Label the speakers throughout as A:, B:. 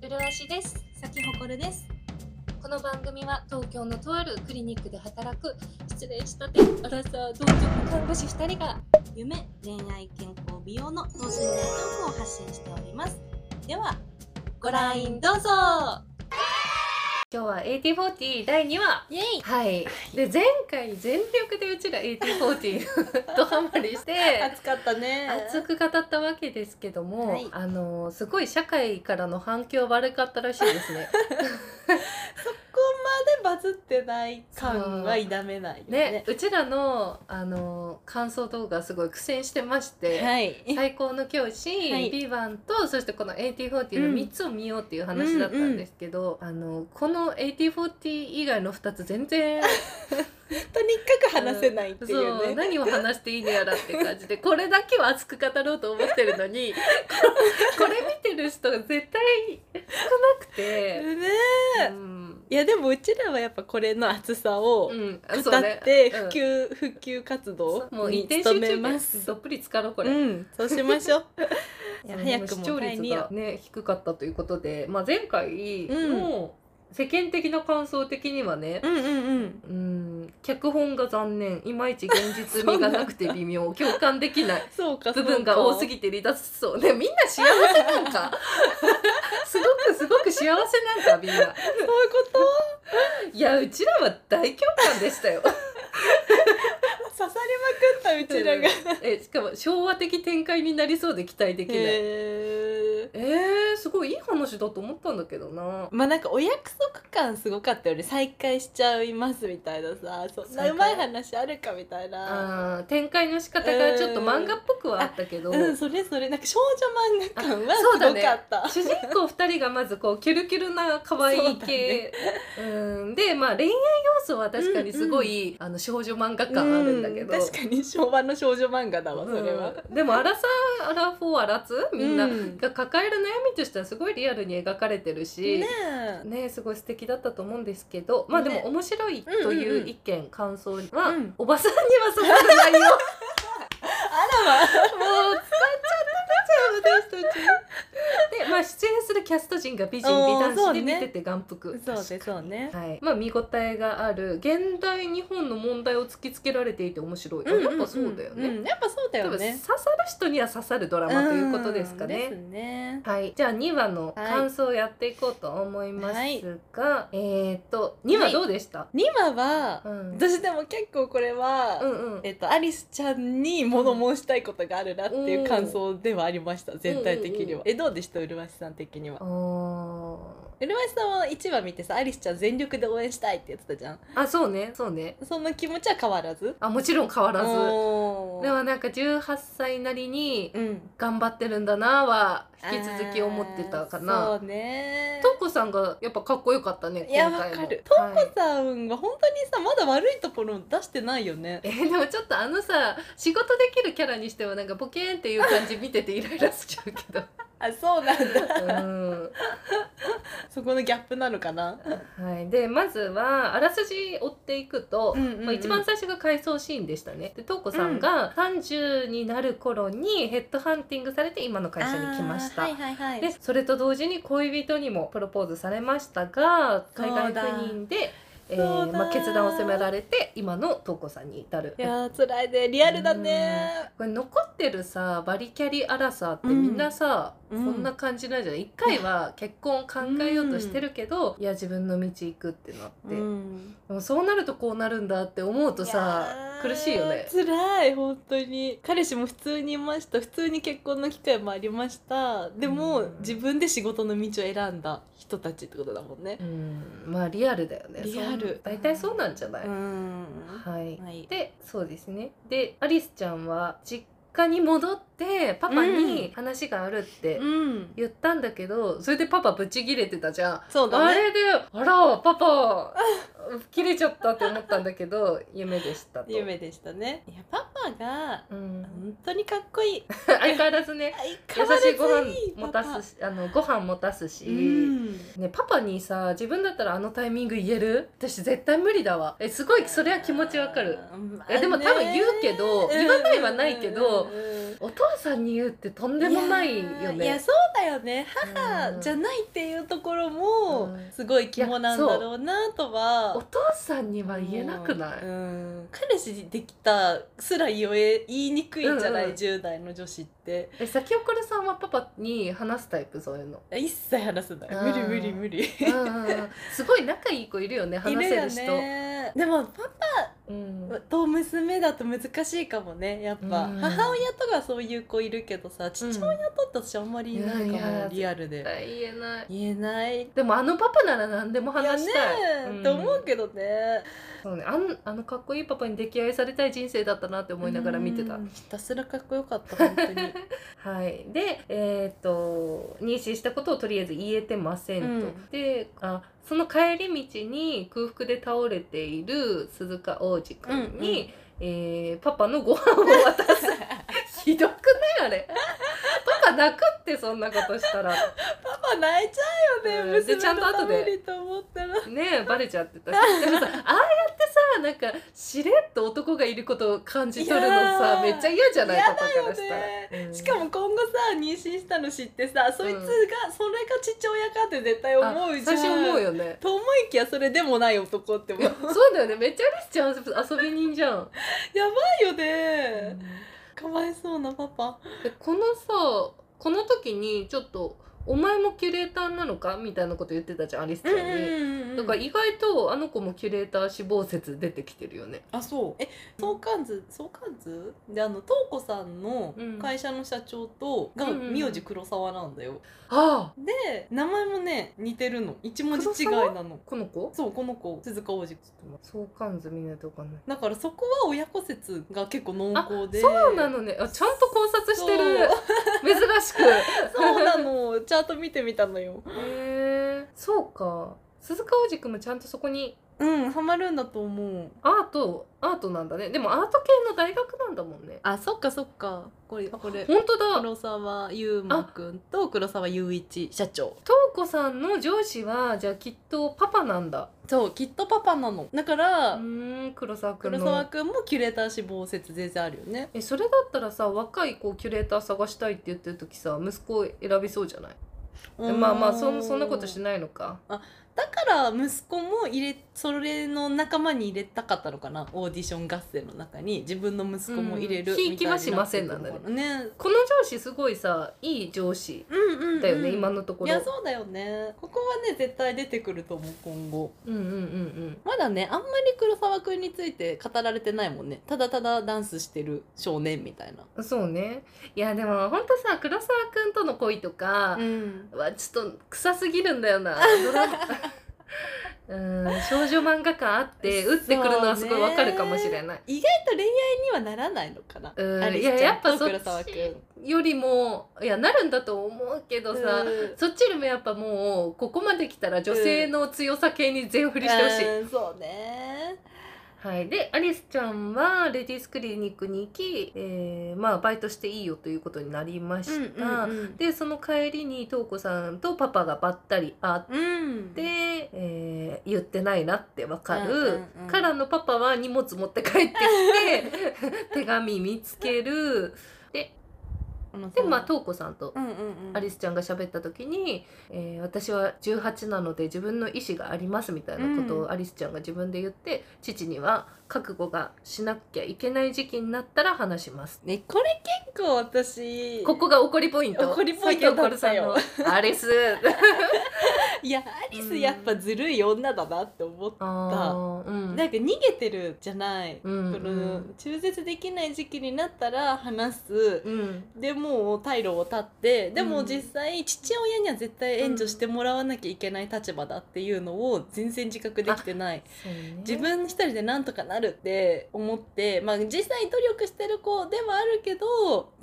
A: プルアシです
B: 咲ほこるです。
A: この番組は東京のとあるクリニックで働く失礼したてアラサー同居看護師2人が
B: 夢、恋愛、健康、美容の等身大トークを発信しております。では、
A: ご覧どうぞ今日は AT40 第2話
B: イエイ
A: はいで前回全力でうち ら AT40 ドハマりして
B: 暑かったね。
A: 熱く語ったわけですけども、
B: はい
A: あのすごい社会からの反響悪かったらしいです ね。
B: ここまでバズってない感は否めないよ
A: ね
B: ね。
A: うちらのあの感想動画すごい苦戦してまして、
B: はい。
A: 最高の教師、
B: はい
A: ビバンとそしてこの AT40 の3つを見ようっていう話だったんですけど、あのこの AT40 以外の2つ全然
B: とにかく話せないってい
A: そうう
B: ね。
A: 何を話していいのやらって感じで これだけは熱く語ろうと思ってるのにこれ見てる人が絶対少なくて。
B: ね
A: う、
B: うんいやでもうちらはやっぱこれの暑さを
A: うん、あ
B: 歌って普及、普及活動
A: そうねうん、もう
B: に
A: 一点集中
B: 努め
A: で
B: ます。
A: どっぷり浸かろうこれ、
B: うん、そうしまし ょう。い
A: そ
B: や
A: う
B: 早く
A: 視
B: も
A: 聴率
B: 第二
A: が
B: よ。
A: ね低かったということで、まあ、前回の世間的な感想的にはね、
B: うんうんうん。
A: うん、脚本が残念いまいち現実味がなくて微妙共感できない
B: そうか
A: 部分が多すぎて離脱しそうねみんな幸せなんか すごくすごく幸せなんかみんな
B: そういうこと
A: いやうちらは大共感で したよ
B: 刺さりまくったうちらが。
A: えしかも昭和的展開になりそうで期待できないえ
B: へー
A: ー、すごいいい話だと思ったんだけどな
B: まあなんかお約束感すごかったよね再会しちゃいますみたいなさそん
A: 再会
B: なうまい話あるかみたいな
A: あー展開の仕方がちょっと漫画っぽくはあったけど、
B: うんそれそれなんか少女漫画感は
A: あ
B: す
A: そうだ
B: ご
A: ね
B: かった、
A: 主人公2人がまずこうキュルキュルな可愛い系う、んでまあ恋愛要素は確かにすごい、あの少女漫画感あるんだけど、
B: う確かに昭和の少女漫画だわそれは、
A: うんでもアラサーアラフォーアラツみんな
B: うん
A: が抱える悩みとしてはすごいリアルに描かれてるし、
B: ねえ
A: ねすごい素敵だったと思うんですけどまあで
B: ね
A: も面白いと
B: うん
A: い
B: うんう
A: うん意見、感想は、
B: うん
A: おばさんには刺さる内容
B: あ
A: も
B: らわ
A: う使っちゃってたじゃん私たちでまあ出演するキャスト陣が美人美
B: おー
A: 男
B: そ
A: 子
B: う
A: で
B: ね
A: 見てて眼福、
B: そうでそうね
A: はい、まあ見応えがある現代日本の問題を突きつけられていて面白い、やっぱそうだよね、
B: うんやっぱそうだ
A: 多
B: よ
A: 分刺
B: ね
A: さる人には刺さるドラマということですかね、
B: うんですね
A: はい、じゃあ2話の感想をやっていこうと思いますが、えー、っと2話どうでした、
B: 2話は、
A: うん
B: 私でも結構これは、
A: うんうん
B: えっと、アリスちゃんに物申したいことがあるなっていう感想ではありました、全体的には、
A: うんうんうん
B: えどうでしたうるわしさん的には
A: あ
B: うるわしさんは1話見てさアリスちゃん全力で応援したいって言ってたじゃん
A: ーあそうねそうね
B: その気持ちは変わらず
A: あもちろん変わらず
B: おー
A: でもなんか18歳なりに
B: うん
A: 頑張ってるんだなは引き続き思ってたか
B: あー
A: な
B: そうね
A: トーコさんがやっぱかっこよかったね
B: いや
A: 今回も
B: わかる
A: はい
B: さんは本当にさまだ悪いところ出してないよね
A: えーでもちょっとあのさ仕事できるキャラにしてはなんかボケーンっていう感じ見ててイライラしちゃうけ ど
B: あそうなんだ
A: うん
B: そこのギャップなのかな
A: はい、でまずはあらすじ追っていくと、
B: うんうんうん
A: まあ、一番最初が回想シーンでしたねで瞳子さんが30になる頃にヘッドハンティングされて今の会社に来ました、
B: あーはいはいはい
A: でそれと同時に恋人にもプロポーズされましたが海外赴任で、えー
B: そうだ
A: まあ、決断を迫られて今の瞳子さんに至る
B: いやー辛いねリアルだね
A: これ残ってるさバリキャリアラサーってみんなさ、
B: うん
A: こんな感じなんじゃない一回は結婚考えようとしてるけど、いや自分の道行くってなっ
B: う
A: て、
B: ん
A: でもそうなるとこうなるんだって思うとさ
B: やー
A: 苦しいよね。
B: 辛い本当に彼氏も普通にいました普通に結婚の機会もありましたでも、
A: うん
B: 自分で仕事の道を選んだ人たちってことだもんね
A: うん、まあリアルだよね。
B: リアル
A: そう大体そうなんじゃない、
B: ん
A: はい。
B: はい
A: でそうですね。でアリスちゃんは実家に戻ってパパに話があるって
B: うん
A: 言ったんだけど、それでパパブチギレてたじゃん。
B: そうだ
A: あ
B: ね
A: れで「あらパパ切れちゃった」って思ったんだけど 夢でしたと。
B: 夢でしたねいやパパが
A: うん、
B: 本当にかっこいい
A: 相変わらずね 優
B: 相変わらず
A: しいご
B: いい
A: 飯も
B: パ
A: た
B: パ
A: すしあのご飯もたすし、
B: うん
A: ね、パパにさ自分だったらあのタイミング言える私絶対無理だわえすごいそれは気持ちわかる
B: うん
A: いやでも多分言うけ
B: う
A: ど
B: ん
A: 言わないはないけど
B: うんうんうん
A: お父さんに言うってとんでもな
B: い
A: いよ
B: やーいや
A: ね
B: そうだよね母じゃ
A: うん
B: ないっていうところも
A: うん
B: すごい肝なんだろうなとは
A: お父さんには言えなくない、
B: うん彼氏できたすら言え言いにくいんじゃない、
A: うんうん
B: 10代の女子って
A: え先送るさんはパパに話すタイプそ ういうの、
B: 一切話すない
A: あー
B: 無理無理無理
A: うんうんうんすごい仲いい子いるよね話せる人
B: いよねでもパ
A: うん
B: パと娘だと難しいかもねやっぱ、
A: うん
B: 母親とかそういう子いるけどさ父親とって私あんまりいないか
A: いやい
B: も、
A: や
B: リアルで
A: 言えない
B: 言えない
A: でもあのパパなら何でも話したい
B: やね
A: うん
B: と思うけどね
A: そうねあんあのかっこいいパパに溺愛されたい人生だったなって思いながら見てた
B: うんひたすらかっこよかった本 当に、
A: はい、で、えー、と妊娠したことをとりあえず言えてませんと、
B: うん
A: であその帰り道に空腹で倒れている鈴鹿王子くんに、えーパパのご飯を渡す ひどくないあれパパ泣くってそんなことしたら
B: パパ泣いちゃうよ
A: うん
B: ね、
A: で
B: 娘
A: ちゃんと
B: のた
A: 後で
B: めにと思ったら
A: ねえバレちゃってたしでもさああやってさなんかしれっと男がいることを感じ取るのさ
B: いやー
A: めっちゃ嫌じゃない
B: 嫌だ
A: パ
B: よ
A: パからしたら、うん
B: しかも今後さ妊娠したの知ってさそいつが、それが父親かって絶対思うじゃん
A: あ最初思うよね
B: と思いきやそれでもない男ってもうやば
A: そうだよねめっちゃアリスちゃん遊び人じゃん、
B: いよね、かわいそうなパパ
A: でこのさこの時にちょっと「お前もキュレーターなのか?」みたいなこと言ってたじゃんアリスちゃんに。
B: ん
A: だから意外とあの子もキュレーター死亡説出てきてるよね。
B: あそうえ相関図相関図であの東子さんの
A: うん
B: 会社の社長とが
A: うんうん
B: 名字黒沢なんだよ、
A: ああ
B: で名前もね似てるの一文字違いなの
A: この子
B: そうこの子鈴鹿王子
A: 相関図見ないとわかんない。
B: だからそこは親子説が結構濃厚で
A: そうなのねあちゃんと考察してる珍しく。
B: そうなのチャート見てみたのよ
A: へえそうか鈴鹿王子くんもちゃんとそこに
B: うんハマるんだと思う
A: アートアートなんだねでもアート系の大学なんだもんね。
B: あそっかそっかこれこれ
A: 本当だ
B: 黒沢優馬くんと黒沢雄一社長
A: とうこさんの上司はじゃあきっとパパなんだ
B: そうきっとパパなのだか
A: う
B: ら
A: ーん黒沢くん
B: 黒沢
A: の
B: くんもキュレーター志望説全然あるよね
A: えそれだったらさ若い子キュレーター探したいって言ってる時さ息子を選びそうじゃないまあまあそんそんなことし
B: ない
A: ないのか
B: だから息子も入れそれの仲間に入れたかったのかなオーディション合戦の中に自分の息子も入れる
A: うん
B: みたいになってるのか
A: ひいきはしませんなんだね
B: ね
A: この上司すごいさいい上司
B: うんうんうん
A: だよね、今のとこ
B: い
A: ろ
B: やそうだよねここはね絶対出てくると思う今後
A: うんうんうんうん
B: まだねあんまり黒沢くんについて語られてないもんねただただダンスしてる少年みたいな
A: そうねいやでもほんとさ黒沢くんとの恋とか
B: ん
A: はちょっと臭すぎるんだよなドラマうん少女漫画感あって打ってくるのはすごいわかるかもしれない
B: 意外と恋愛にはならないのかな
A: うん
B: アリス
A: いや
B: ちゃ
A: や
B: ん
A: っぱ
B: と
A: そっ
B: 黒沢くん
A: ちよりもいやなるんだと思うけどさ、
B: うん
A: そっちよりもやっぱもうここまで来たら女性の強さ系に全振りしてほしい、
B: うんそうね
A: はい、でアリスちゃんはレディースクリニックに行き、えーまあ、バイトしていいよということになりました、
B: うん
A: でその帰りに瞳子さんとパパがばったり会って、
B: うん
A: えー言ってないなってわかる、
B: うんうんうん
A: からのパパは荷物持って帰ってきて手紙見つ けるでまあ瞳子さんと
B: うんうんうん
A: アリスちゃんが喋った時に、えー私は18なので自分の意思があります」みたいなこと
B: う
A: を
B: ん
A: アリスちゃんが自分で言って、父には「覚悟がしなきゃいけない時期になったら話します
B: ねこれ結構」私
A: ここが怒りポイント
B: 怒りポイントだったよ
A: さきおこるさ んのアリス
B: いやアリスやっぱずるい女だなって思った
A: あーうん
B: なんか逃げてるじゃない、
A: うん
B: こ
A: う
B: の
A: ん
B: 中絶できない時期になったら話す
A: うん
B: でもう退路を断ってでも
A: うん
B: 実際父親には絶対援助してもらわなきゃいけない立場だっていうのを全然自覚できてない
A: そうね
B: 自分一人でなんとかなるって思ってまあ実際努力してる子ではあるけど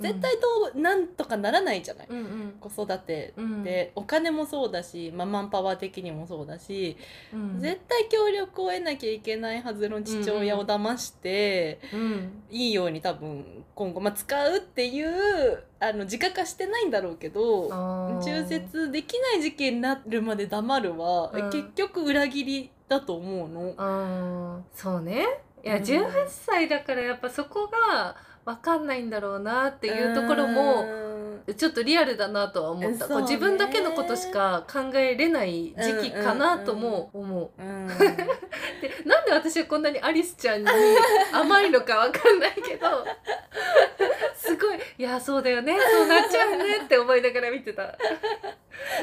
A: うん
B: 絶対どうなんとかならないじゃない、
A: うんうん
B: 子育て
A: うん
B: でお金もそうだし、まあ、マンパワー的にもそうだし、
A: うん
B: 絶対協力を得なきゃいけないはずの父親を騙して、
A: うん
B: いいように多分今後、まあ、使うっていうあの自覚はしてないんだろうけど
A: あー
B: 中絶できない事件になるまで黙るは、
A: うん
B: 結局裏切りだと思うの。
A: あーそうねいや、
B: うん
A: 18歳だからやっぱそこが分かんないんだろうなっていうところも
B: うん
A: ちょっとリアルだなとは思った、
B: そ
A: こ
B: う
A: う
B: ね
A: 自分だけのことしか考えれない時期かなとも思う,、
B: うん、
A: でなんで私はこんなにアリスちゃん に甘いのかわかんないけどすごいいやそうだよねそうなっちゃうねって思いながら見てた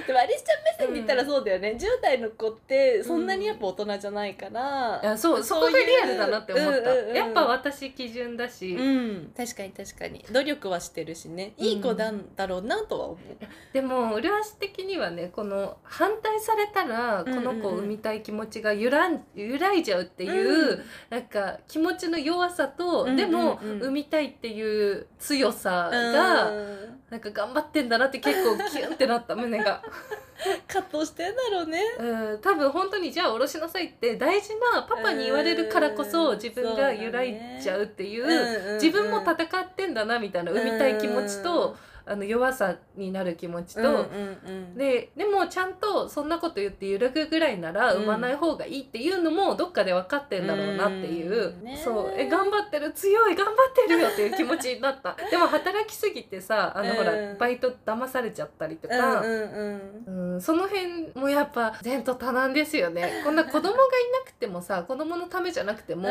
B: でもアリスちゃん目線で言ったらそうだよね、10代の子ってそんなにやっぱ大人じゃないから
A: い、やそうそこ
B: そういう
A: がリアルだなって思った、
B: うんうんうん
A: やっぱ私基準だし、
B: うん、確かに確かに努力はしてるしねいい子なんだろうなとは思う、
A: でも麗し的にはねこの反対されたらこの子を産みたい気持ちが揺らん揺らいじゃうっていう、なんか気持ちの弱さと、
B: うんうんうん
A: でも産みたいっていう強さが、
B: うん
A: なんか頑張ってんだなって結構キュンってなった胸 が。
B: 葛藤してんだろうね
A: うん多分本当にじゃあ下ろしなさいって大事なパパに言われるからこそ
B: うん
A: 自分が揺らいちゃうっていう自分も戦ってんだなみたいな
B: うん
A: 産みたい気持ちとあの弱さになる気持ち
B: うんうん
A: と
B: うん
A: ででもちゃんとそんなこと言って揺らぐぐらいなら
B: うん
A: 産まない方がいいっていうのもどっかで分かってんだろうなっていう
B: うんね
A: そうえ頑張ってる強い頑張ってるよっていう気持ちになったでも働きすぎてさあのほら
B: うん
A: バイト騙されちゃったりと
B: う
A: か
B: んうん
A: うん、その辺もやっぱ前途多難ですよね。こんな子供がいなくてもさ子供のためじゃなくて
B: うん
A: も、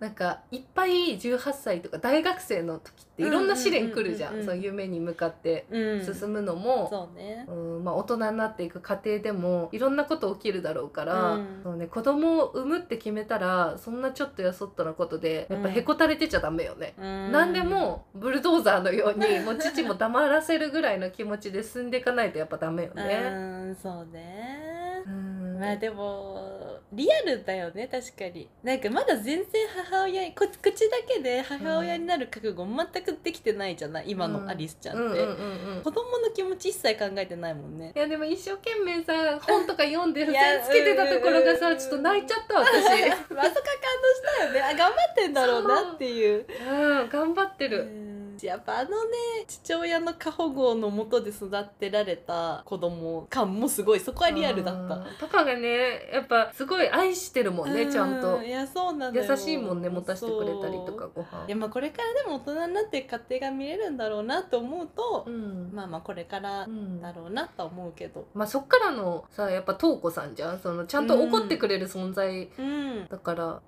A: なんかいっぱい18歳とか大学生の時っていろんな試練来るじゃ
B: うんうん
A: ん
B: うん
A: そううん夢に向かって
B: うん
A: 進むのも、
B: そうね
A: うんまあ、大人になっていく過程でもいろんなこと起きるだろうから、
B: うん
A: そうね、子供を産むって決めたらそんなちょっとやそっとなことでやっぱへこたれてちゃダメよね。
B: 何
A: 何でもブルドーザーのようにも う父も黙らせるぐらいの気持ちで進んでいかないとやっぱダメよね。
B: うんそうね
A: うん
B: まあでもリアルだよね確かになんかまだ全然母親にこ口だけで母親になる覚悟全くできてないじゃない今
A: う
B: の
A: ん
B: アリスちゃ
A: うん
B: んっ
A: うんうん
B: て
A: うん
B: 子供の気持ち一切考えてないもんね
A: いやでも一生懸 命さ本とか読んで付
B: いや
A: 箋つけてたところが
B: うんうんう
A: さ
B: ん
A: ちょっと泣いちゃっ た
B: まさか
A: 私。
B: 感動したよねあ頑張ってんだろうなっていう
A: うん頑張ってる。
B: うんやっぱあのね父親の過保護のもとで育てられた子供感もすごいそこはリアルだった
A: うん。パパがねやっぱすごい愛してるもんねちゃんと
B: う。いやそうなのよ
A: 優しいもんね持たせてくれたりと
B: そ
A: か
B: う
A: ご飯
B: いや。まあこれからでも大人になって家庭が見れるんだろうなと思うと、
A: うん。
B: まあまあこれから
A: うん
B: だろうなとは思うけど
A: まあそっからのさやっぱ瞳子さんじゃんそのちゃんと怒ってくれる存在
B: うん
A: だから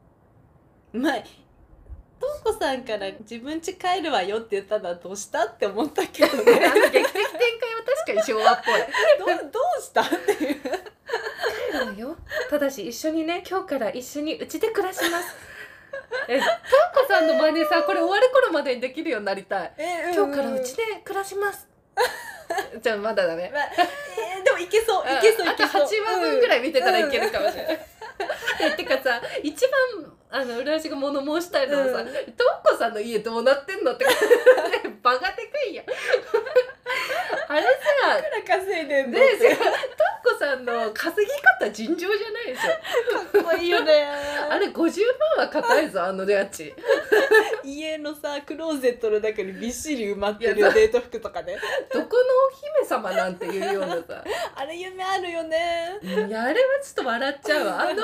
B: まあとうこさんから自分家帰るわよって言ったのはどうしたって思ったけどね
A: あ の劇的展開は確かに昭和っぽい。
B: どうどうしたっていう
A: そうよただし一緒にね今日から一緒にうちで暮らし ますえとうこさんの真似さこれ終わる頃までにできるようになりたい
B: え
A: 今日からうち
B: で、
A: で暮らし ますじゃあまだだね
B: まあえーでもいけそういけそう
A: あ
B: い
A: と
B: け
A: 8
B: そう
A: 話分ぐら
B: い、
A: い見てたらいけるかもしれない、えてかさ一番あの浦安が物申したいのはさ、
B: うん
A: とうこさんの家どうなってんのって感じ でバカでかいやんあれさ
B: うんいくら稼いでんの
A: ね
B: っ
A: え
B: て
A: さとっこさんの稼ぎ方尋常じゃないでしょ
B: かっこいいよね
A: あれ50万は硬いぞあの家賃
B: 家のさクローゼットの中にびっしり埋まって
A: いやそ
B: るデート服とかね
A: どこのお姫様なんていうようなさ
B: あれ夢あるよね
A: いやあれはちょっと笑っちゃうわあの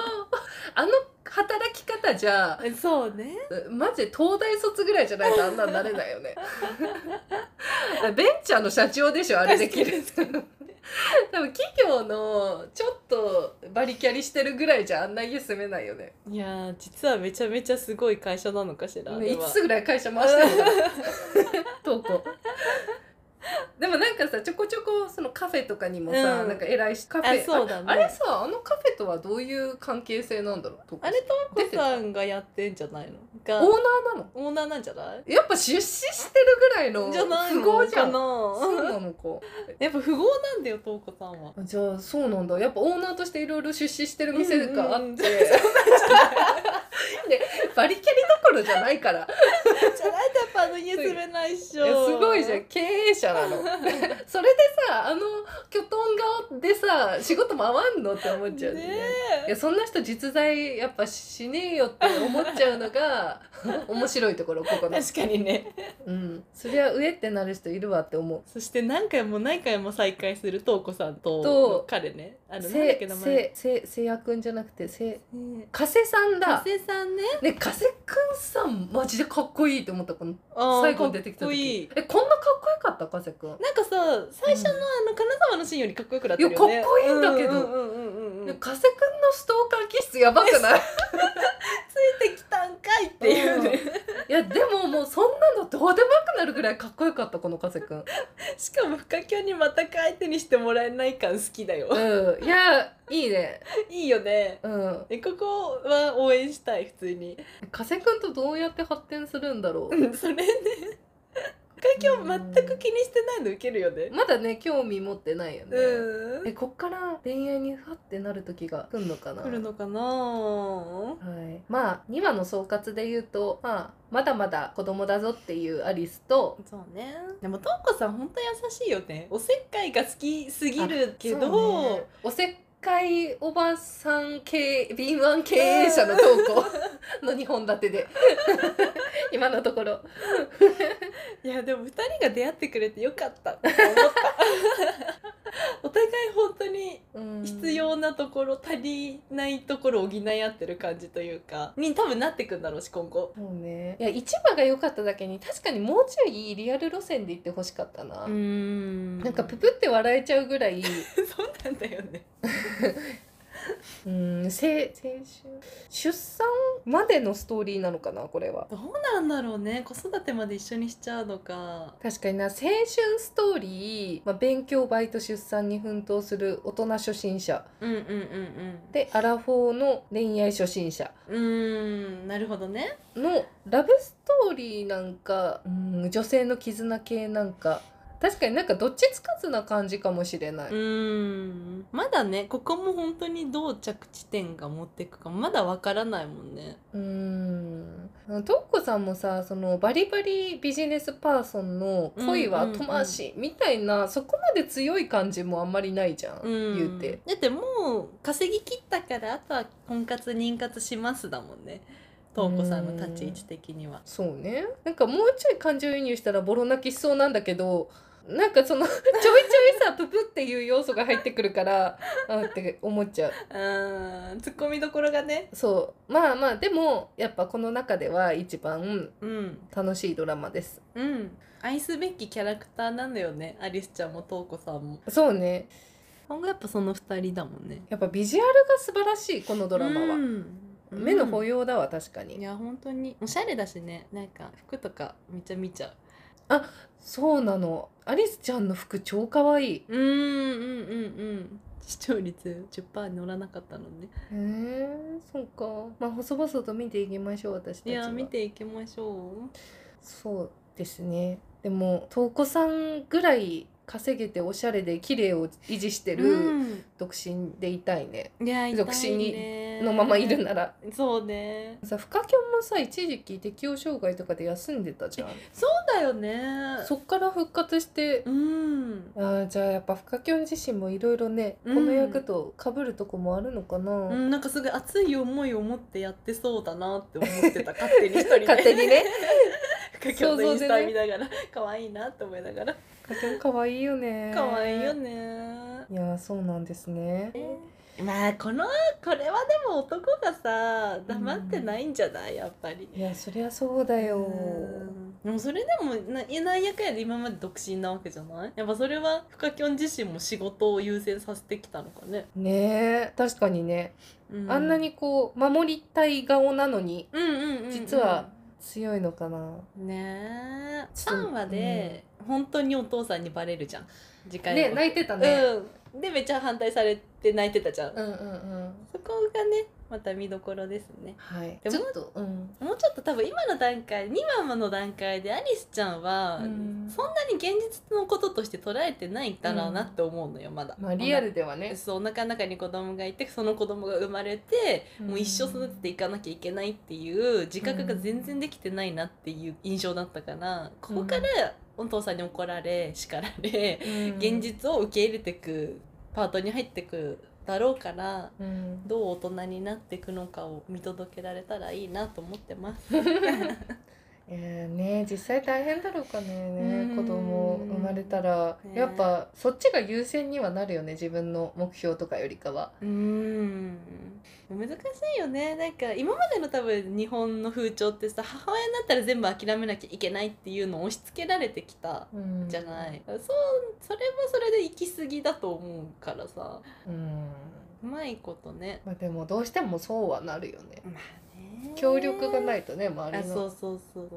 A: あの働き方じゃ
B: そうね
A: マジで東大卒ぐらいじゃないとあんなんなれないよねベンチャーの社長でしょあれできる多分企業のちょっとバリキャリしてるぐらいじゃあんな家住めないよね
B: いやー実はめちゃめちゃすごい会社なのかしら、あ
A: ね、
B: れは
A: 5つぐらい会社回して るから投稿でもなんかさちょこちょこそのカフェとかにもさ、
B: うん
A: なんか偉いしカフ
B: あ
A: ェ
B: そうだね
A: あれさあのカフェとはどういう関係性なんだろう投稿
B: あれともこさんがやってんじゃないの
A: オ
B: が
A: ーナーなの
B: オーナーなんじゃない
A: やっぱ出資してるぐらいの
B: じゃない
A: 不
B: の
A: 合じゃ
B: か
A: んそう
B: な
A: なのか
B: やっぱ富豪なんだよともこさん は
A: じゃあそうなんだやっぱオーナーとしていろいろ出資してる店があって、
B: うんうん
A: でバリキャリどころじゃないから
B: じゃないとやっぱあの家住めないっしょ
A: いやすごいじゃん経営者なの それでさあのきょとん顔でさ仕事回んのって思っちゃう
B: ね
A: ねいやそんな人実在やっぱしねえよって思っちゃう のが面白いところここ
B: え
A: の
B: 確かにね
A: うんそりゃ上ってなる人いるわって思う
B: そして何回も何回も再会するとうこさんと
A: と
B: 彼ねあのなんだっ
A: せ
B: け名前
A: せせせやくんじゃなくてせ
B: ね
A: 加瀬さん
B: 加
A: だ
B: 瀬さんね
A: ね加瀬くんさんマジでかっこいいと思ったこの
B: あー
A: 最後に出てきた
B: かっこ
A: 時
B: いい
A: えこんなかっこよかった加瀬くん
B: なんかさ最初のあの金沢のシーンよりかっこよくなってるよね
A: いやかっこいいんだけど
B: ううんうんうんうん
A: で加瀬くんのストーカー気質やばくない
B: ついてきたんかいっていうね、
A: いやでももうそんなのどうでもよくなるぐらいかっこよかったこの加瀬くん、
B: しかも深きょにまた相手にしてもらえない感好きだよ、
A: うん、いやいいね
B: いいよね
A: うん
B: えここは応援したい普通に
A: 加瀬くんとどうやって発展するんだろう
B: それね深きょ全く気にしてないのウケるよね
A: まだね興味持ってないよね、
B: うん、
A: えこっから恋愛にふわってなる時が来るのかな
B: 来るのかな
A: はい、まあ2話の総括で言うと、まあ、まだまだ子供だぞっていうアリスと
B: そうねでもとうこさん本当優しいよねおせっかいが好きすぎるけど、
A: そうねおせっかいおばさん系敏腕経営者の投稿の2本立てで 今のところ
B: いやでも2人が出会ってくれてよかった って思ったお互い本当に
A: うん
B: 必要なところ足りないところを補い合ってる感じというかに多分なってくんだろうし今後
A: そうねいや1話が良かっただけに確かにもうちょいリアル路線で行ってほしかったな、
B: ん
A: なんかププって笑えちゃうぐら い
B: そうなんだよね
A: うんせ青春出産までのストーリーなのかなこれは
B: どうなんだろうね子育てまで一緒にしちゃうのか
A: 確かにな青春ストーリー、まあ、勉強バイト出産に奮闘する大人初心者
B: うんうんうんうん
A: でアラフォーの恋愛初心者
B: うーんなるほどね。
A: のラブストーリーなんかうん女性の絆系なんか確かになんかどっちつかずな感じかもしれないう
B: ーんまだねここも本当にどう着地点が持っていくかまだわからないもんね
A: うーんトッコさんもさそのバリバリビジネスパーソンの恋は後回しみたいな、そこまで強い感じもあんまりないじゃん、言うて。
B: だってもう稼ぎ切ったからあとは婚活妊活しますだもんねとうこさんの立ち位置的には
A: そうねなんかもうちょい感情移入したらボロ泣きしそうなんだけどなんかその ちょいちょいさププっていう要素が入ってくるから あーって思っちゃう
B: うーんツッコミどころがね
A: そうまあまあでもやっぱこの中では一番
B: うん
A: 楽しいドラマです
B: うん愛すべきキャラクターなんだよねアリスちゃんもとうこさんも
A: そうね
B: 今後やっぱその2人だもんね
A: やっぱビジュアルが素晴らしいこのドラマは、
B: うん
A: 目の保養だわ確か
B: い
A: に
B: や本当におしゃれだしねなんか服とかめっちゃ見ちゃう
A: そうなのアリスちゃんの服超可愛い
B: うんうんうんうん視聴率10%乗らなかったのね
A: へえそうかまあ細々と見ていきましょう私たち
B: い
A: は
B: や見ていきましょう
A: そうですねでも瞳子さんぐらい稼げておしゃれで綺麗を維持してる独身でいたいね、
B: いや
A: 独身に
B: に
A: のままいるなら
B: そうね
A: さ深きょんもさ一時期適応障害とかで休んでたじゃん
B: そうだよね
A: そっから復活して、
B: うん
A: あーじゃあやっぱ深きょん自身もいろいろねこ
B: うん
A: の役と被るとこもあるのかな、
B: うんなんかすごい熱い思いを持ってやってそうだなって思って た勝手に一人で
A: 勝手にね
B: 深きょんのインス
A: 想像で
B: タ
A: ね
B: 見ながら可愛いなって思いながら
A: 深きょん可愛いよね
B: 可愛いよね
A: いやーそうなんですね
B: まあこのこれはでも男がさ黙ってないんじゃないやっぱり。
A: いやそりゃそうだよ
B: うんでもそれでもな何やかんやで今まで独身なわけじゃないやっぱそれは深きょん自身も仕事を優先させてきたのかね、
A: ねえ確かにね
B: う
A: あんなにこう守りたい顔なのに
B: うんうんうんうん
A: 実は強いのかな、
B: ねえ
A: ちょっと
B: 3話で本当にお父さんにバレるじゃん次回
A: ね
B: も
A: 泣いてたね、
B: うん、でめっちゃ反対されて泣いてたじゃん、
A: うん、うんうん
B: そこがねまた見どころですね
A: はい
B: でも
A: ちょっとうん
B: もうちょっと多分今の段階2話の段階でアリスちゃんは、
A: うん
B: そんなに現実のこととして捉えてないんだろうなって思うのよまだ。
A: まあリアルではね、
B: そうお腹の中に子供がいてその子供が生まれて、もう一生育てて
A: い
B: いかなきゃいけないっていう自覚が全然できてないなっていう印象だったからここからお父さんに怒られ叱られ、
A: く
B: 現、実を受け入れてくパートに入ってくだろうから
A: うんうん
B: どう大人になっていくのかを見届けられたらいいなと思ってます。
A: いやーね実際大変だろうかね
B: う
A: ね
B: ん
A: 子供生まれたら、
B: ね
A: やっぱそっちが優先にはなるよね自分の目標とかよりかは。
B: うん難しいよねなんか今までの多分日本の風潮ってさ母親になったら全部諦めなきゃいけないっていうのを押し付けられてきた
A: うん
B: じゃない、そうそれもそれで行き過ぎだと思うからさ
A: うん
B: うまいことね
A: まあ、でもどうしてもそうはなるよね。
B: まあね
A: 協力がないいとね周
B: あ
A: りの
B: そうそうそう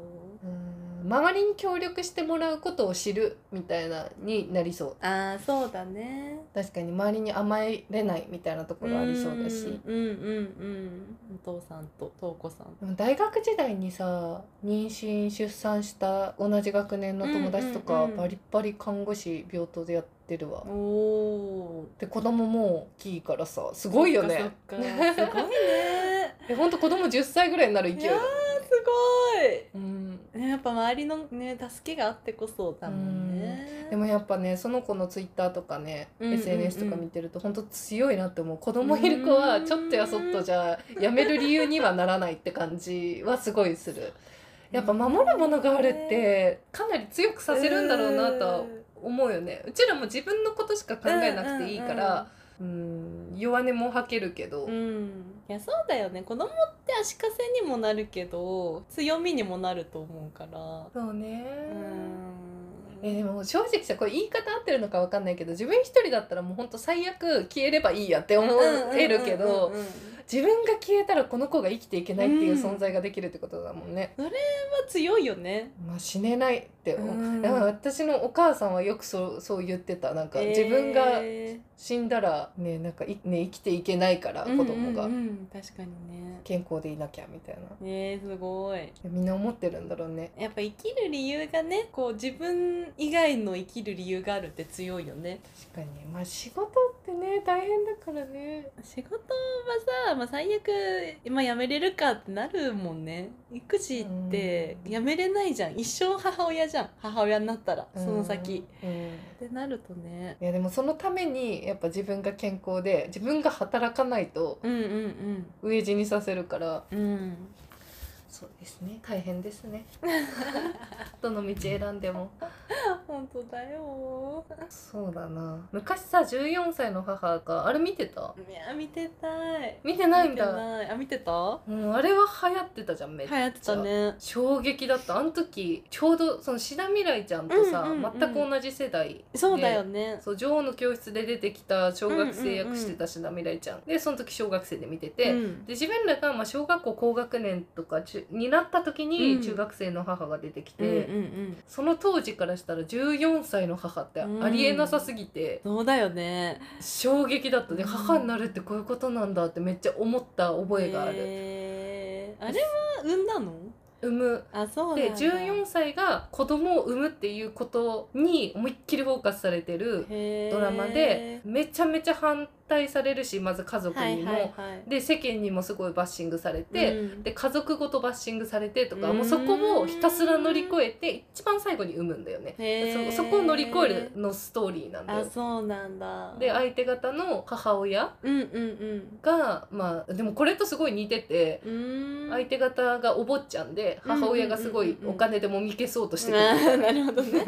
A: うん周りに協力してもらうことを知るみたいなになりそう
B: ああそうだね
A: 確かに周りに甘えれないみたいなところありそうだし
B: うんうんうんうんお父さんと瞳子さん
A: でも大学時代にさ妊娠出産した同じ学年の友達と
B: うん
A: か
B: うんうん
A: バリッバリ看護師病棟でやってるわ
B: おお
A: で子供も大きいからさすごいよね
B: そっかそっかすごいね
A: えほんと子供10歳ぐらいになる勢いだよね
B: すごい
A: うん
B: ねやっぱ周りのね助けがあってこそだもんね。
A: でもやっぱねその子のツイッターとかね、
B: うんうんうん
A: SNS とか見てると本当強いなって思う子供いる子はちょっとやそっとじゃやめる理由にはならないって感じはすごいするやっぱ守るものがあるってかなり強くさせるんだろうなとは思うよねうちらも自分のことしか考えなくていいから、うん弱音も吐けるけど、
B: うん。うんいやそうだよね子供って足かせにもなるけど強みにもなると思うから。
A: そうね
B: うん。
A: えーでも正直さこれ言い方合ってるのか分かんないけど自分一人だったらもうほんと最悪消えればいいやって思えるけど、
B: うんうんうんうん
A: 自分が消えたらこの子が生きていけないっていううん存在ができるってことだもんね、
B: まあ強いよね。
A: まあ死ねないって思う、
B: うん
A: だから私のお母さんはよくそうそう言ってたなんか
B: えー
A: 自分が死んだらねなんかいね生きていけないから子供が
B: うんうんうん確かにね。
A: 健康でいなきゃみたいな
B: ねえすごい。
A: みんな思ってるんだろうね
B: やっぱ生きる理由がねこう自分以外の生きる理由があるって強いよね
A: 確かにまあ仕事ってね大変だからね
B: 仕事はさ、まあ、最悪今辞めれるかってなるもんね育児って
A: うん
B: 辞めれないじゃん一生母親じゃん母親になったらその先、
A: うん、うん
B: ってなるとね
A: いやでもそのためにやっぱ自分が健康で自分が働かないと
B: うんうん
A: 飢え死にさせるから
B: うんうん
A: そうですね大変です ねどの道選んでも
B: 本当だよ
A: そうだな昔さ14歳の母があれ見てた
B: いや見てたい
A: 見てないん
B: 見て
A: だ
B: ないあ見てた流
A: うんあれは流行ってたじゃんめっちゃ、
B: 行ってたね
A: 衝撃だったあの時ちょうどその志田未来ちゃんとさ、
B: うんうんうん
A: 全く同じ世代で
B: そうだよね
A: そう女王の教室で出てきた小学生役してた志田未来ちゃん,、でその時小学生で見てて、
B: うん
A: で自分らがまあ小学校高学年とか中になった時
B: う
A: に
B: ん
A: 中学生の母が出てき
B: うんうん
A: て、
B: うん
A: その当時からしたら14歳の母ってありえなさすぎて
B: そうだよね
A: 衝撃だったで
B: うん
A: 母になるってこういうことなんだってめっちゃ思った覚えがある
B: へーあれは産んだの
A: 産む
B: あそうなん
A: で
B: だ
A: 14歳が子供を産むっていうことに思いっきりフォーカスされてる
B: へー
A: ドラマでめちゃめちゃ反対されるしまず家族
B: はい
A: にも、
B: はいはい
A: で世間にもすごいバッシングされて、
B: うん
A: で家族ごとバッシングされてとか
B: うん
A: もうそこをひたすら乗り越えて一番最後に産むんだよね
B: へー
A: そそこを乗り越えるのストーリーなんだ
B: あ
A: よ
B: そうなんだ
A: で相手方の母親
B: うんうんうん
A: がまあでもこれとすごい似てて
B: うーん
A: 相手方がお坊ちゃんで
B: うんうんうんうん
A: 母親がすごいお金でもみ消そうとしてくる
B: あーなるほ どね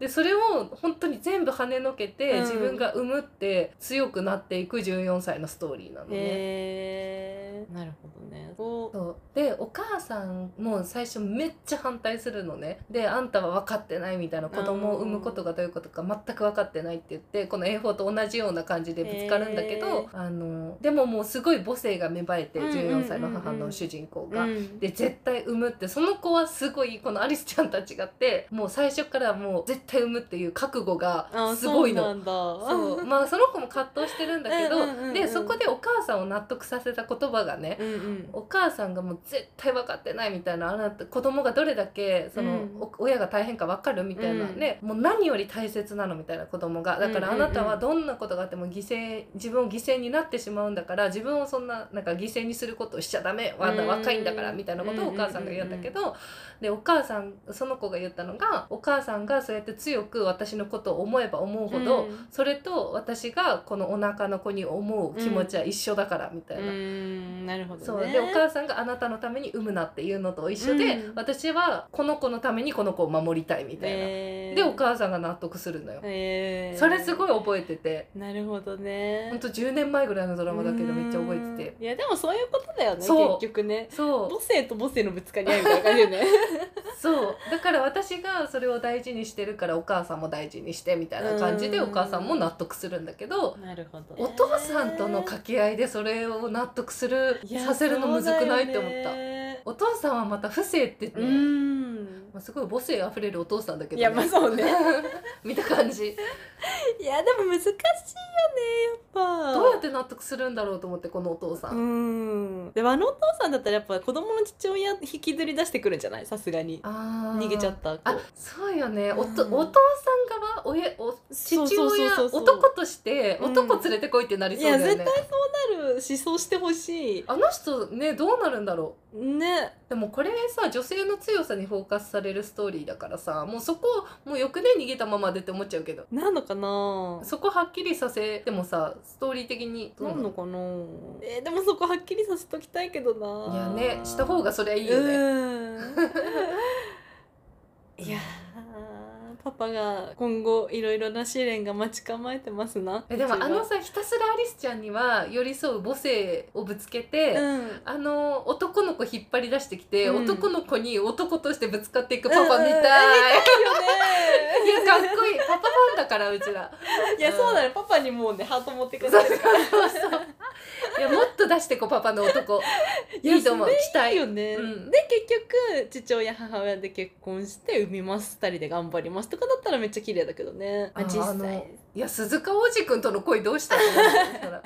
A: でそれを本当に全部跳ねのけ
B: うん
A: て自分が産むって強くなっていく14歳のストーリーなのね。
B: へーなるほどねそう
A: そうでお母さんも最初めっちゃ反対するのねであんたは分かってないみたいな子供を産むことがどういうことか全く分かってないって言ってこの英法と同じような感じでぶつかるんだけど、あのでももうすごい母性が芽生えて
B: うんうんうんうん
A: 14歳の母の主人公が。
B: うん
A: で絶対産むってその子はすごいこのアリスちゃんたちがってもう最初からもう絶対産むっていう覚悟が
B: あ
A: すごい
B: そうな
A: の。
B: んだ
A: そうまあその子も葛藤してるんだけど
B: うんうんうんうん
A: でそこでお母さんを納得させた言葉がね
B: うんうん
A: お母さんがもう絶対分かってないみたいなあなた子供がどれだけその、
B: うん
A: お親が大変か分かるみたいな、
B: うん
A: ねもう何より大切なのみたいな子供がだから
B: う
A: あ
B: んうんうん
A: なたはどんなことがあっても犠牲自分を犠牲になってしまうんだから自分をそんななんか犠牲にすることをしちゃダメあんた
B: うん
A: 若いんだからみたいなことをお母さんが言うんだけど、でお母さんその子が言ったのがお母さんがそうやって強く私のことを思えば思うほど、
B: うん
A: それと私がこのお腹の子に思う気持ちは一緒だからみたいな。
B: んなるほどね
A: そうでお母さんがあなたのために産むなっていうのと一緒で、
B: うん
A: 私はこの子のためにこの子を守りたいみたいな、
B: えー
A: でお母さんが納得するのよ、
B: えー
A: それすごい覚えてて
B: なるほどね
A: ほんと10年前ぐらいのドラマだけどめっちゃ覚えてて
B: ていやでもそういうことだよね
A: そう
B: 結局ね
A: そ
B: 母性と母性のぶつかり合いみたいな感じだよね
A: うそうだから私がそれを大事にしてるからお母さんも大事にしてみたいな感じで
B: う
A: お
B: ん
A: 母さんも納得するんだけど
B: なるほど
A: お父さんとの掛け合いでそれを納得する
B: いや
A: させるのむずくないって思っ
B: そうだよ
A: た
B: ね
A: お父さんはまた不正ってね、
B: うん
A: まあ、すごい母性あふれるお父さんだけど、
B: いやまあそうね
A: 見た感じ
B: いやでも難しいよねやっぱ
A: どうやって納得するんだろうと思ってこのお父さ、
B: うんんでもあのお父さんだったらやっぱ子供の父親引きずり出してくるんじゃないさすがに
A: あー
B: 逃げちゃった子
A: あそうよねおと、
B: うん
A: お父さん側親お父
B: そうそうそう
A: 親
B: そうそう
A: 男として
B: うん
A: 男連れてこいってなりそうだよね、
B: いや絶そうなる思想してほしい
A: あの人ねどうなるんだろう
B: ね
A: でもこれさ女性の強さにフォーカスされるストーリーだからさもうそこもうよくね逃げたままでって思っちゃうけど
B: なのかな
A: そこはっきりさせてもさストーリー的にどう
B: な
A: なの
B: んのかなえーでもそこはっきりさせときたいけど
A: い
B: な
A: やねした方がそりゃい
B: い
A: いよね、
B: いやーパパが今後いろいろな試練が待ち構えてますな
A: えでも
B: うちは
A: あのさひたすらアリスちゃんには寄り添う母性をぶつけて、
B: うん
A: あの男の子引っ張り出してきて、
B: うん
A: 男の子に男としてぶつかっていくパパみたい、
B: いいよね
A: いやかっこいいパパファンだからうちら
B: いやそうだねパパにもうねハート持ってくれてるから
A: いやもっと出してこパパの男
B: や
A: いいと思う
B: それ
A: 期待
B: いいよね、
A: うん
B: で結局父親母親で結婚して産みます二人で頑張りますとかだったらめっちゃ綺麗だけどね、まあ、
A: あ
B: 実
A: あの
B: 際
A: いや鈴鹿王子くんとの恋ど うしたのい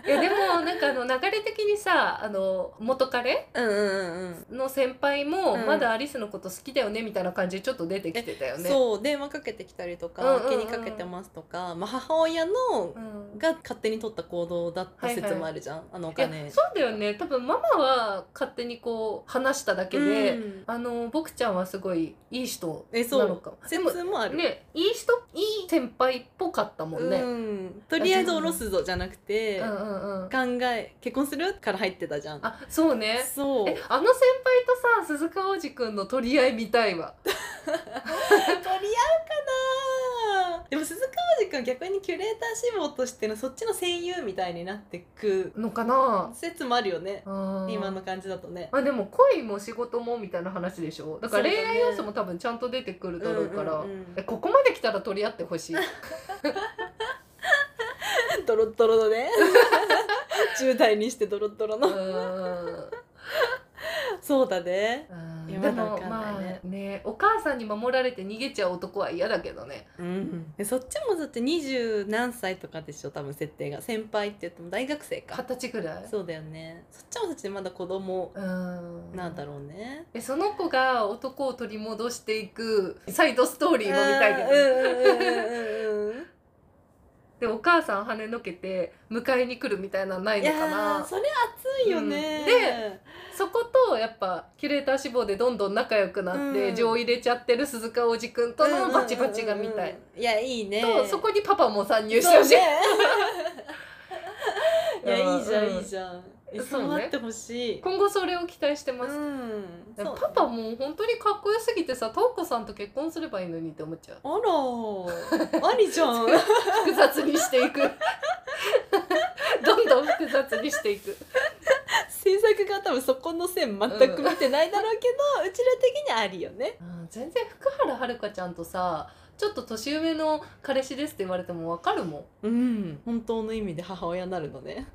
A: やでもなんかあの流れ的にさあの元彼
B: うんうんうんうん
A: の先輩も
B: うん
A: まだアリスのこと好きだよねみたいな感じでちょっと出てきてたよね。
B: そう電話かけてきたりと
A: うん
B: か、
A: うんうん
B: 気にかけてますとか、まあ、母親の
A: うん
B: が勝手に取った行動だった説もあるじゃん、あのお
A: いや
B: 金
A: そうだよね多分ママは勝手にこう話しただけで、
B: うん
A: あの僕ちゃんはすごいいい人
B: え
A: なの
B: そ
A: かも
B: う
A: でも
B: 説もある、
A: ねいい人いい先輩っぽかったもんね、
B: うん、とりあえず下ろすぞじゃなくて、
A: うんうんうん
B: 考え結婚するから入ってたじゃん
A: あそう ね
B: そう
A: えあの先輩とさ鈴鹿央士くんの取り合い見たいわ
B: 取り合うかなでも鈴鹿王子くんは逆にキュレーター志望としてのそっちの声優みたいになってく
A: のかな
B: 説もあるよね
A: あー
B: 今の感じだとね
A: まあでも恋も仕事もみたいな話でしょだから
B: そうだ
A: 恋
B: ね
A: 愛要素も多分ちゃんと出てくるだろうから、
B: うんうんうん
A: えここまで来たら取り合って ほしい
B: ドロッドロの ね10代にしてドロッドロ
A: う
B: の
A: ん
B: そうだね
A: うん
B: いや
A: で
B: まだ
A: も
B: わかん
A: ま
B: な
A: あ
B: いね
A: ねお母さんに守られて逃げちゃう男は嫌だけどね
B: うんでそっちもだって二十何歳とかでしょ多分設定が先輩って言っても大学生
A: 二
B: か
A: 十歳ぐらい
B: そうだよねそっちもそっちでまだ子供
A: うん
B: なんだろうね
A: えその子が男を取り戻していくサイドストーリーも見たいけど、
B: うんうんうんうんうんうん
A: でお母さん跳ねのけて迎えに来るみたいなのない
B: い
A: の
B: や
A: か
B: ー
A: な
B: それ熱いよね、
A: うんでそことやっぱキュレーター志望でどんどん仲良くなって、
B: うん
A: 情入れちゃってる鈴鹿おじくんとのバチバチが見たい、
B: うんうんうんうんいやいいね
A: とそこにパパも参入
B: 優
A: して
B: 勝
A: ほしい、
B: ねいやいいじゃん
A: うん
B: いいじゃんいつ
A: そうね
B: もってほしい
A: 今後それを期待してます、
B: ん
A: で
B: そ
A: も
B: う
A: パパもう本当にかっこよすぎてさトウコさんと結婚すればいいのにって思っちゃう
B: あ らありじゃん
A: 複雑にしていく どんどん複雑にしていく
B: 制作が多分そこの線全く見てないだろうけど、 うちら的にはありよね
A: うん全然福原遥ちゃんとさちょっと年上の彼氏ですって言われてもわかるもん、
B: うん本当の意味で母親になるのね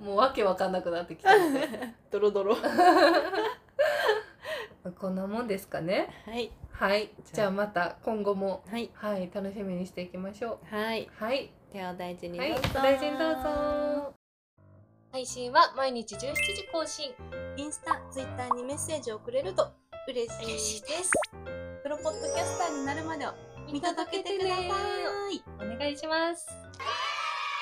A: うん、もうわけわかんなくなってきたので
B: ドロドロは
A: こんなもんですかね
B: い
A: はいじゃあまた今後も
B: はい
A: はい楽しみにしていきましょ
B: はい、
A: うはい
B: ではお大事に
A: はいお大事にどうぞ
B: 配信は毎日17時更新。インスタ、ツイッターにメッセージをくれると嬉しいです。プロポッドキャスターになるまでを見届けてください。
C: お願いします。